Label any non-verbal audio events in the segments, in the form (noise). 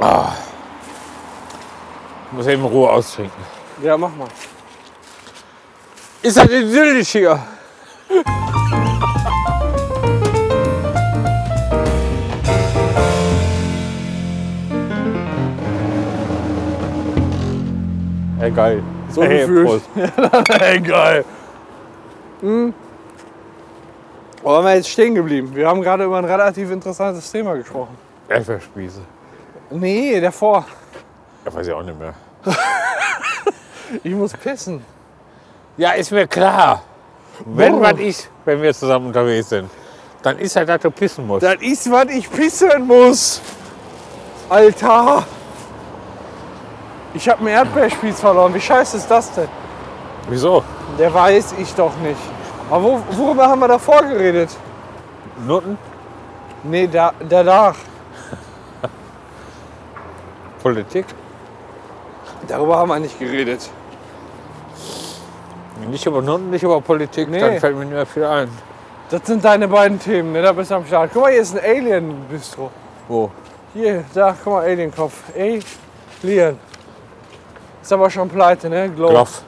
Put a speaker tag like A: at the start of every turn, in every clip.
A: Ah. Ich muss eben Ruhe austrinken.
B: Ja, mach mal. halt
A: Ist das idyllisch hier? Ey, geil.
B: So
A: Ey,
B: gefühlt.
A: Prost. (laughs) Ey, geil.
B: Wo waren wir jetzt stehen geblieben? Wir haben gerade über ein relativ interessantes Thema gesprochen.
A: Elferspieße.
B: Nee, davor.
A: Ja, weiß ich auch nicht mehr.
B: Ich muss pissen.
A: Ja, ist mir klar. Wenn
B: Oh.
A: was ist, wenn wir zusammen unterwegs sind, dann ist halt, dass du pissen musst.
B: Das ist, was ich pissen muss. Alter. Ich habe einen Erdbeerspieß verloren. Wie scheiße ist das denn?
A: Wieso?
B: Der weiß ich doch nicht. Aber wo, worüber haben wir davor geredet?
A: Nutten?
B: Nee, da, danach.
A: Politik?
B: Darüber haben wir nicht geredet.
A: Nicht über Nutten, nicht über Politik,
B: Nee.
A: dann fällt mir nicht mehr viel ein.
B: Das sind deine beiden Themen, ne? Da bist du am Start. Guck mal, hier ist ein Alien-Bistro.
A: Wo?
B: Hier, da, guck mal, Alienkopf. Alien. Ist aber schon pleite, ne? Glow.
A: Gloff.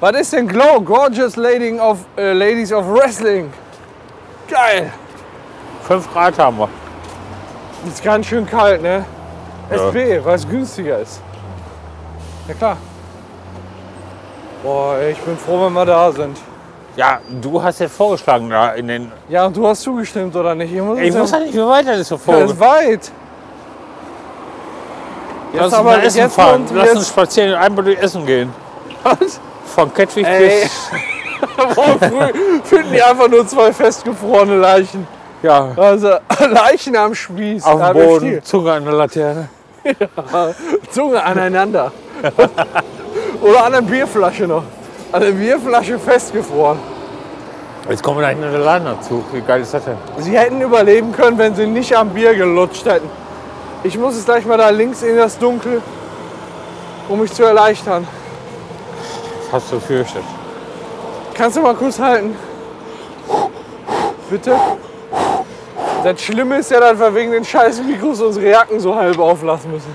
B: Was ist denn Glow? Gorgeous Lady of, äh, Ladies of Wrestling. Geil.
A: Fünf Grad haben wir.
B: Ist ganz schön kalt, ne?
A: Ja.
B: SB, weil es günstiger ist. Ja klar. Boah, ey, ich bin froh, wenn wir da sind.
A: Ja, du hast jetzt vorgeschlagen, da in den.
B: Ja, und du hast zugestimmt, oder nicht? Ich muss,
A: Ich muss halt ja nicht mehr weiter, das ist so
B: das ist
A: vorgeschlagen.
B: weit.
A: Lass uns
B: aber-
A: mal essen
B: jetzt
A: fahren.
B: kommt-
A: Lass uns
B: jetzt-
A: spazieren, einmal durch Essen gehen.
B: (laughs) Was?
A: Von Kettwig
B: Ey.
A: bis.
B: Morgen früh finden die einfach nur zwei festgefrorene Leichen.
A: Ja,
B: Also (laughs) Leichen am Spieß.
A: auf
B: am
A: dem Boden, Zunge an der Laterne.
B: Stiel. Zunge aneinander. (laughs) Oder an der Bierflasche noch. An der Bierflasche festgefroren.
A: Jetzt kommen wir da hinten in den Laden dazu. Wie geil ist das denn?
B: Sie hätten überleben können, wenn sie nicht am Bier gelutscht hätten. Ich muss es gleich mal da links in das Dunkel, um mich zu erleichtern.
A: Das hast du befürchtet.
B: Kannst du mal kurz halten? Bitte? Das Schlimme ist ja, dass wir wegen den scheiß Mikros unsere Jacken so halb auflassen müssen.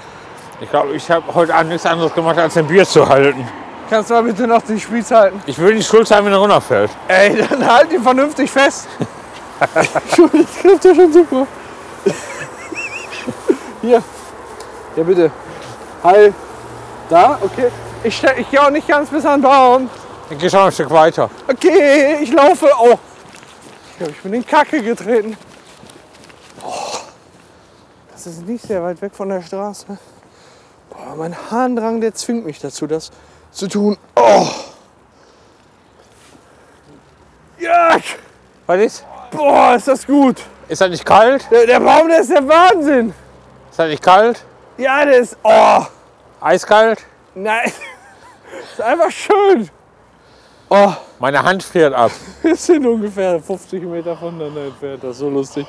A: Ich glaube, ich habe heute Abend nichts anderes gemacht, als ein Bier zu halten.
B: Kannst du mal bitte noch den Spieß halten?
A: Ich will nicht schuld sein, wenn er runterfällt.
B: Ey, dann halt ihn vernünftig fest. Entschuldigung, das klappt ja schon super. Hier. Ja, bitte. Halt. Da, okay. Ich, stell- ich gehe auch nicht ganz bis an den Baum.
A: Ich gehe schon ein Stück weiter.
B: Okay, ich laufe. Oh. Ich glaube, ich bin in Kacke getreten. Oh. Das ist nicht sehr weit weg von der Straße. Boah, mein Harndrang, der zwingt mich dazu, das zu tun. Oh. Jack!
A: Was ist?
B: Boah, ist das gut.
A: Ist das nicht kalt?
B: Der, der Baum, der ist der Wahnsinn.
A: Ist das nicht kalt?
B: Ja, der ist. Oh,
A: Eiskalt?
B: nein. (laughs) Ist einfach schön. Oh,
A: Meine Hand friert ab.
B: wir sind ungefähr 50 Meter voneinander entfernt. Das ist so lustig.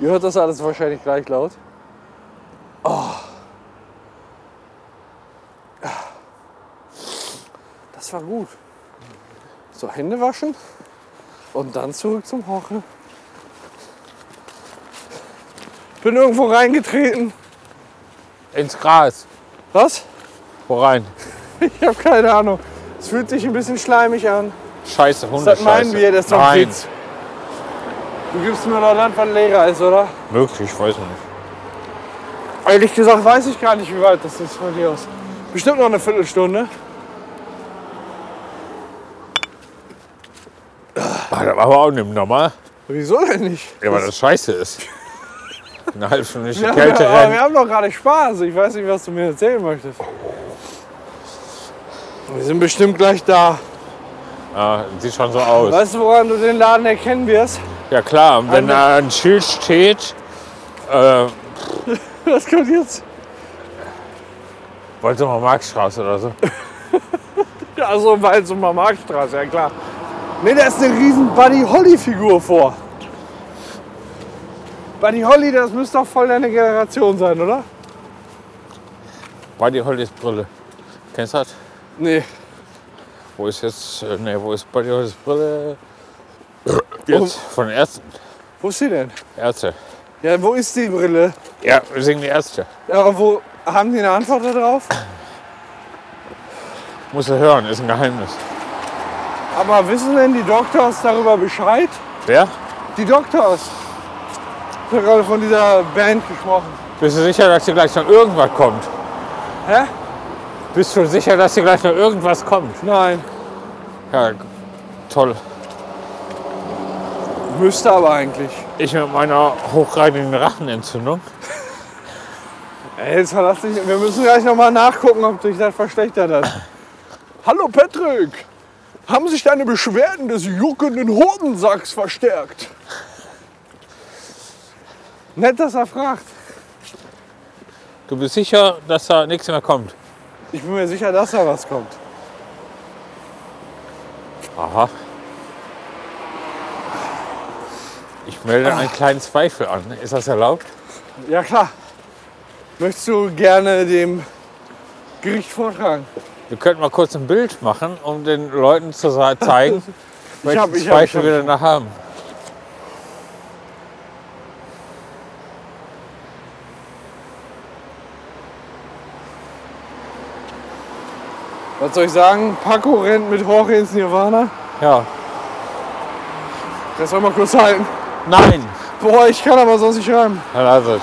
B: Ihr hört das alles wahrscheinlich gleich laut. Ah. Oh. Das war gut. So, Hände waschen und dann zurück zum Hochen. Bin irgendwo reingetreten.
A: Ins Gras.
B: Was?
A: Wo rein?
B: Ich habe keine Ahnung. Es fühlt sich ein bisschen schleimig an.
A: Oh, Scheiße, Hunde.
B: Das meinen wir, das ist doch ein
A: Nein.
B: Witz. Du gibst mir noch Land, was leerer ist, oder?
A: Möglich, ich weiß nicht.
B: Ehrlich gesagt weiß ich gar nicht, wie weit das ist von hier aus. Bestimmt noch eine Viertelstunde.
A: Ah, das war aber auch nicht normal.
B: Wieso denn nicht?
A: Ja, weil das scheiße
B: (laughs)
A: ist. Eine halbe Stunde durch die
B: Wir,
A: Kälte
B: haben, aber wir
A: rennen.
B: haben doch gerade Spaß. Ich weiß nicht, was du mir erzählen möchtest. Wir sind bestimmt gleich da.
A: Ah, sieht schon so aus.
B: Weißt du, woran du den Laden erkennen wirst? (laughs)
A: Ja klar, und wenn
B: Andere-
A: da ein Schild steht, äh,
B: Was kommt jetzt?
A: wollte mal Marktstraße oder (laughs) so.
B: Ja, so weit zum Marktstraße, ja klar. Ne, da ist eine riesen Buddy Holly-Figur vor. Buddy Holly, das müsste doch voll deine Generation sein, oder?
A: Buddy Hollys Brille. Kennst du das?
B: Nee.
A: Wo ist jetzt, äh, ne, wo ist Buddy Hollys Brille? Jetzt, von Ärzten.
B: Wo ist sie denn?
A: Ärzte.
B: Ja, wo ist die Brille?
A: Ja, deswegen die erste.
B: Ja, und wo haben die eine Antwort darauf?
A: Musst du hören, ist ein Geheimnis.
B: Aber wissen denn die Doctors darüber Bescheid?
A: Wer?
B: Die Doctors. Ich habe gerade von dieser Band gesprochen.
A: Bist du sicher, dass hier gleich noch irgendwas kommt?
B: Hä?
A: Bist du sicher, dass hier gleich noch irgendwas kommt?
B: Nein.
A: Ja, toll.
B: Müsste aber eigentlich.
A: Ich mit meiner hochgradigen Rachenentzündung.
B: Ey, jetzt verlass dich. Wir müssen gleich nochmal nachgucken, ob sich das verschlechtert hat. Hallo Patrick! Haben sich deine Beschwerden des juckenden Hodensacks verstärkt? Nett, dass er fragt.
A: Du bist sicher, dass da nichts mehr kommt?
B: Ich bin mir sicher, dass da was kommt.
A: Aha. Ich melde
B: Ah.
A: einen kleinen Zweifel an. Ist das erlaubt?
B: Ja klar. Möchtest du gerne dem Gericht vortragen?
A: Wir könnten mal kurz ein Bild machen, um den Leuten zu sa-
B: (laughs)
A: zeigen, welchen
B: hab- ich hab
A: Zweifel
B: schon-
A: wir denn da haben.
B: Was soll ich sagen? Paco rennt mit Jorge ins Nirvana.
A: Ja.
B: Das soll mal kurz halten.
A: Nein!
B: Boah, ich kann aber sonst nicht schreiben.
A: Also,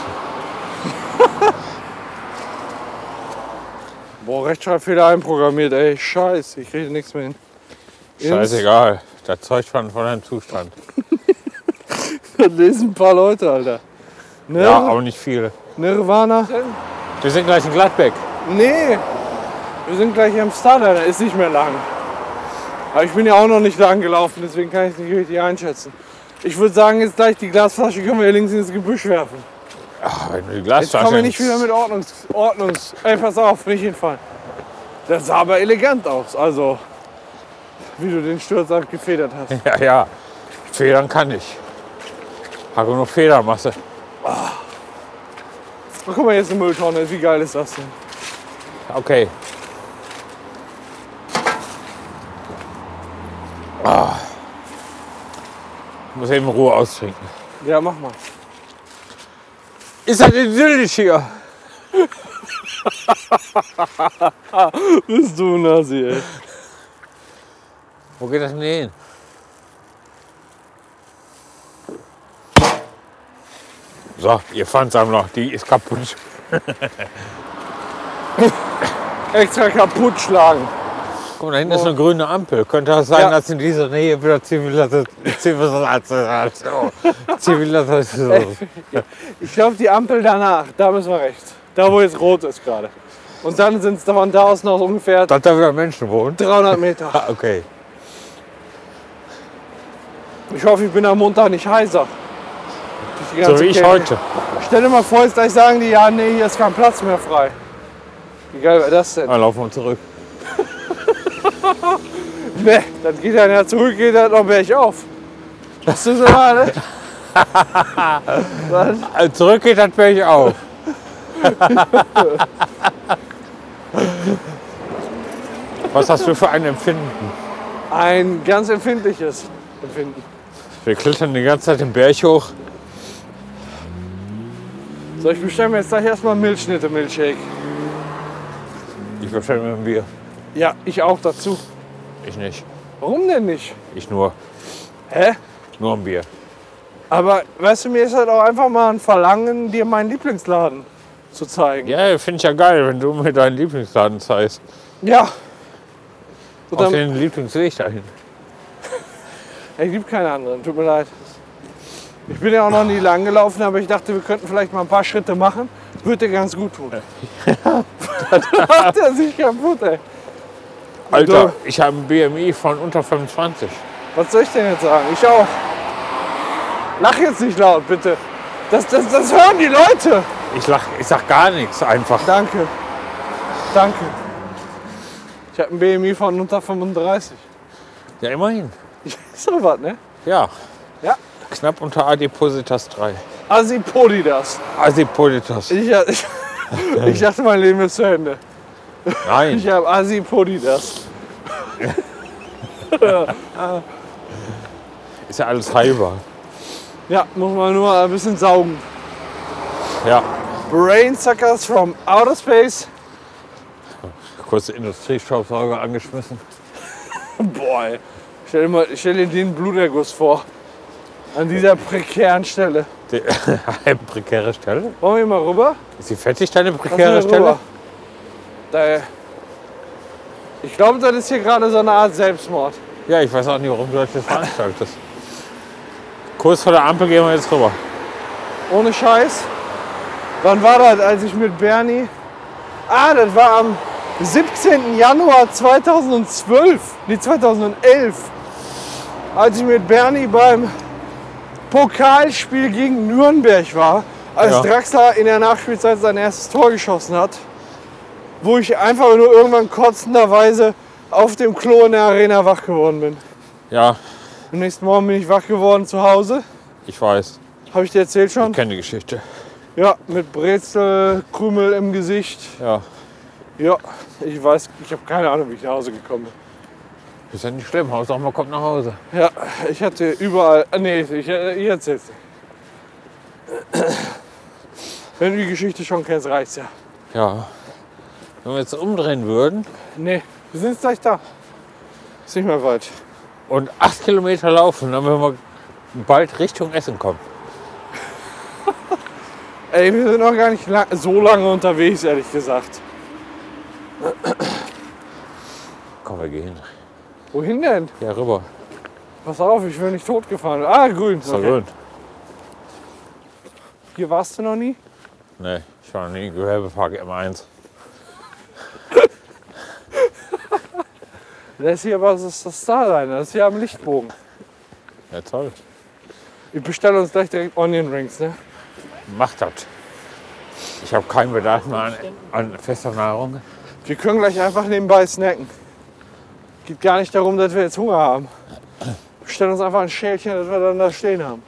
B: Boah, Rechtschreibfehler einprogrammiert, ey. Scheiße, ich kriege nichts mehr hin. Ins-
A: scheißegal. Das Zeug fand von einem Zustand.
B: Das (laughs) lesen ein paar Leute, Alter. Nir
A: Ja, aber nicht viele.
B: Nirvana?
A: Wir sind gleich in Gladbeck.
B: Nee, wir sind gleich am Starter, da ist nicht mehr lang. Aber ich bin ja auch noch nicht lang gelaufen, deswegen kann ich es nicht richtig einschätzen. Ich würde sagen, jetzt gleich die Glasflasche können wir hier links ins Gebüsch werfen.
A: Ach, Ah, wenn du die
B: Jetzt
A: Glasflasche
B: kommen wir nicht
A: ins-
B: wieder mit Ordnungs... Ordnungs... Ey, pass auf, nicht hinfallen. Das sah aber elegant aus, also... Wie du den Sturz abgefedert hast.
A: (laughs) Ja, ja. Federn kann ich. Habe nur Federmasse.
B: Oh, guck mal, jetzt eine Mülltonne. Wie geil ist das denn?
A: Okay. Ah. Muss eben Ruhe austrinken.
B: Ja, mach mal.
A: Ist das idyllisch hier?
B: Bist du ein Nazi, ey.
A: Wo geht das denn hin? So, ihr Pfandsammler, die ist kaputt.
B: Extra kaputt schlagen.
A: Guck mal, da hinten ist eine grüne Ampel. Könnte das sein,
B: Ja.
A: dass in dieser Nähe wieder Zivilisation. (laughs) Zivilisation. Zivilisation.
B: Ich glaube, die Ampel danach, da müssen wir rechts. Da, wo jetzt rot ist gerade. Und dann sind es von da aus noch ungefähr
A: Dass da wieder Menschen wohnen?
B: 300 Meter.
A: Ah, okay.
B: Ich hoffe, ich bin am Montag nicht heiser. Die
A: So
B: ganze
A: wie ich
B: Kälte.
A: heute.
B: Stell dir mal vor, jetzt gleich sagen die, ja, nee, hier ist kein Platz mehr frei. Wie geil wäre das denn?
A: Dann laufen wir zurück.
B: Nee, dann geht er ja zurück, geht er noch bergauf. Das ist normal, ne? Was?
A: Also zurück geht das Pech auf. (laughs) Was hast du für ein Empfinden?
B: Ein ganz empfindliches Empfinden.
A: Wir klettern die ganze Zeit den Berg hoch.
B: So, ich bestelle mir jetzt gleich erstmal einen Milchschnitte Milchshake.
A: Ich bestelle mir ein Bier.
B: Ja, ich auch dazu.
A: Ich nicht.
B: Warum denn nicht?
A: Ich nur.
B: Hä?
A: Nur ein Bier.
B: Aber weißt du, mir ist halt auch einfach mal ein Verlangen, dir meinen Lieblingsladen zu zeigen.
A: Ja, finde ich ja geil, wenn du mir deinen Lieblingsladen zeigst.
B: Ja. Und
A: Auf
B: dann,
A: den Lieblingsweg dahin.
B: ich liebe keine anderen, tut mir leid. Ich bin ja auch noch nie lang gelaufen, aber ich dachte, wir könnten vielleicht mal ein paar Schritte machen. Würde dir ganz gut tun. da (laughs) macht er sich kaputt, ey.
A: Alter, ich habe ein BMI von unter 25.
B: Was soll ich denn jetzt sagen? Ich auch. Lach jetzt nicht laut, bitte. Das, das, das hören die Leute.
A: Ich, lach, ich sag gar nichts einfach.
B: Danke. Danke. Ich habe ein BMI von unter 35.
A: Ja, immerhin.
B: Ist doch was, ne?
A: Ja.
B: Ja.
A: Knapp unter Adipositas 3.
B: Asipodidas.
A: Adipositas.
B: Ich, ich, ich dachte, mein Leben ist zu Ende.
A: Nein.
B: Ich habe Asipodidas.
A: Ist ja alles heilbar.
B: Ja, muss man nur ein bisschen saugen.
A: Ja,
B: Brainsuckers from Outer Space. (laughs)
A: kurz Industriestaubsauger angeschmissen.
B: Boah, ey. Stell dir, mal, stell dir den Bluterguss vor. An dieser prekären Stelle.
A: Die, (laughs) eine prekäre Stelle?
B: Wollen wir mal rüber?
A: Ist die Fertigstelle eine
B: Lass mal
A: prekäre Stelle?
B: rüber. Da, äh, ich glaube, das ist hier gerade so eine Art Selbstmord.
A: Ja, ich weiß auch nicht, warum du das jetzt veranstaltest. Kurz vor der Ampel gehen wir jetzt rüber.
B: Ohne Scheiß. Wann war das, als ich mit Bernie. Ah, das war am 17. Januar 2012. Nee, 2011. Als ich mit Bernie beim Pokalspiel gegen Nürnberg war. Als
A: Ja.
B: Draxler in der Nachspielzeit sein erstes Tor geschossen hat. Wo ich einfach nur irgendwann kotzenderweise auf dem Klo in der Arena wach geworden bin.
A: Ja,
B: Am nächsten Morgen bin ich wach geworden zu Hause.
A: ich weiß.
B: Habe ich dir erzählt schon?
A: Ich kenne die Geschichte.
B: Ja, mit Brezel, Krümel im Gesicht.
A: Ja.
B: Ja, ich weiß, ich habe keine Ahnung, wie ich nach Hause gekommen
A: Ist ja nicht schlimm. Hauptsache man kommt nach Hause.
B: bin. Ja, ich hatte überall. Ah, nee, ich, ich erzähl's dir. Wenn du die Geschichte schon kennst, reicht's ja.
A: Ja. Wenn wir jetzt umdrehen würden
B: Nee, wir sind gleich da. Ist nicht mehr weit.
A: und acht Kilometer laufen, dann würden wir bald Richtung Essen kommen.
B: Ey, wir sind noch gar nicht lang, so lange unterwegs, ehrlich gesagt.
A: Komm, wir gehen.
B: Wohin denn?
A: Ja, rüber.
B: Pass auf, ich will nicht totgefahren. werden. Ah, grün.
A: Ist doch
B: Okay.
A: gut.
B: Hier warst du noch nie?
A: Nee, ich war noch nie im Gewerbepark M1.
B: Das hier aber das ist das Starliner, das ist hier am Lichtbogen.
A: Ja, toll.
B: Ich bestelle uns gleich direkt Onion Rings, ne?
A: Mach das. Ich habe keinen Bedarf mehr an, an fester Nahrung.
B: Wir können gleich einfach nebenbei snacken. Geht gar nicht darum, dass wir jetzt Hunger haben. Wir stellen uns einfach ein Schälchen, dass wir dann da stehen haben.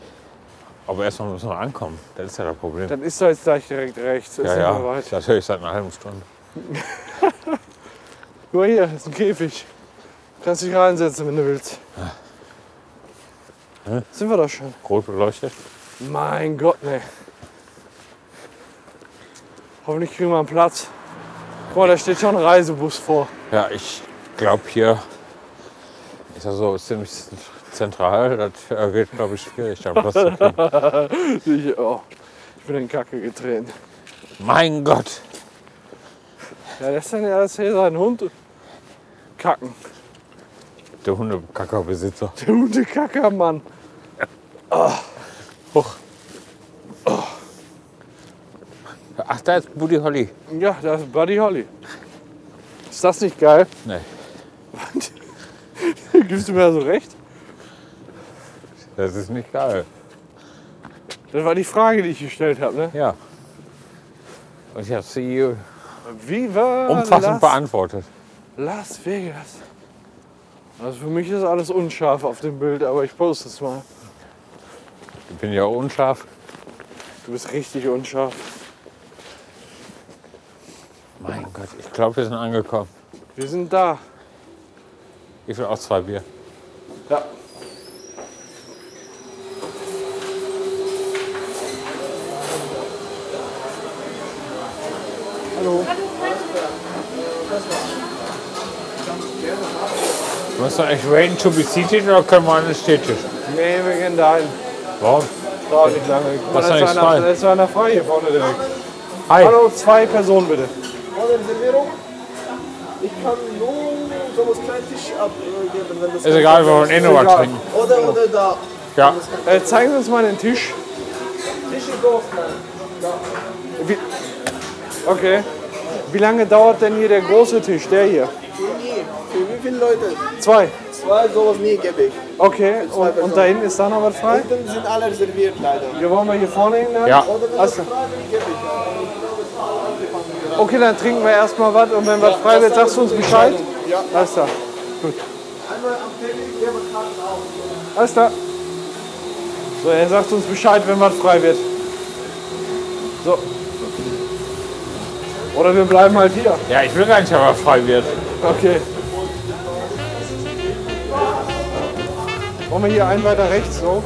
A: Aber erstmal müssen wir ankommen. Das ist ja das Problem.
B: Dann ist da jetzt gleich direkt rechts. Ist
A: ja,
B: nicht
A: ja.
B: mehr weit.
A: Natürlich seit einer halben Stunde.
B: Guck mal hier, ist ein Käfig. Kannst dich reinsetzen, wenn du willst. Sind wir doch schon.
A: Rot beleuchtet.
B: Mein Gott, ne. Hoffentlich kriegen wir einen Platz. Guck mal, da steht schon ein Reisebus vor.
A: Ja, ich glaube hier ist ja so ziemlich zentral. Das äh, wird, glaube ich, schwierig. Dann Platz
B: (laughs)
A: zu kriegen.
B: Ich, oh, ich bin in Kacke getreten.
A: mein Gott.
B: Ja, lässt denn ja das hier seinen Hund kacken.
A: Der Hundekackerbesitzer.
B: Der gute Kackermann.
A: Ach, da ist Buddy Holly.
B: Ja, das ist Buddy Holly. Ist das nicht geil?
A: Nee,
B: (laughs) Gibst du mir da so recht?
A: das ist nicht geil.
B: Das war die Frage, die ich gestellt habe. Ne?
A: Ja. Und ich habe sie
B: Wie war
A: umfassend
B: Las,
A: beantwortet.
B: Las Vegas? Also für mich ist alles unscharf auf dem Bild, aber ich poste es mal.
A: Ich bin ja unscharf.
B: Du bist richtig unscharf.
A: Mein Gott, ich glaube, wir sind angekommen.
B: Wir sind da.
A: Ich will auch zwei Bier.
B: Ja.
A: Müssen wir eigentlich waiting to be seated oder können wir an den Städtisch?
B: Nee, wir gehen da hin.
A: Warum?
B: Dauert nicht lange. Guck mal,
A: Das ist
B: da ist
A: eigentlich
B: einer,
A: frei.
B: da ist einer frei hier vorne direkt.
A: Hi.
B: Hallo, zwei Personen bitte.
C: Ich kann nur so was kleinen Tisch abgeben, wenn das
A: Ist egal, wir wollen eh nur was
B: Egal.
A: trinken.
C: Oder, oder da.
A: Ja.
B: Äh, zeigen Sie uns mal den Tisch.
C: Tisch ist auch klein.
B: Wie, okay. Wie lange dauert denn hier der große Tisch, der hier?
C: Nie. Für wie viele Leute?
B: Zwei.
C: Zwei sowas nie gebe ich.
B: Okay, und, und da hinten ist da noch was frei?
C: Hinten sind alle reserviert leider.
B: Wir wollen wir hier vorne hin? ne? dann?
A: Ja.
C: Oder wenn
B: Achso.
C: das Frage gebe ich.
B: Okay, dann trinken wir erstmal was und wenn was frei wird, sagst du uns Bescheid?
C: Ja.
B: Alles klar. Gut.
C: Einmal am Telefon gebe ich Karten auf.
B: Alles klar. So, er sagt uns Bescheid, wenn was frei wird. So. Oder wir bleiben halt hier.
A: Ja, ich will gar nicht, aber frei wird.
B: Okay. Wollen wir hier einen weiter rechts so?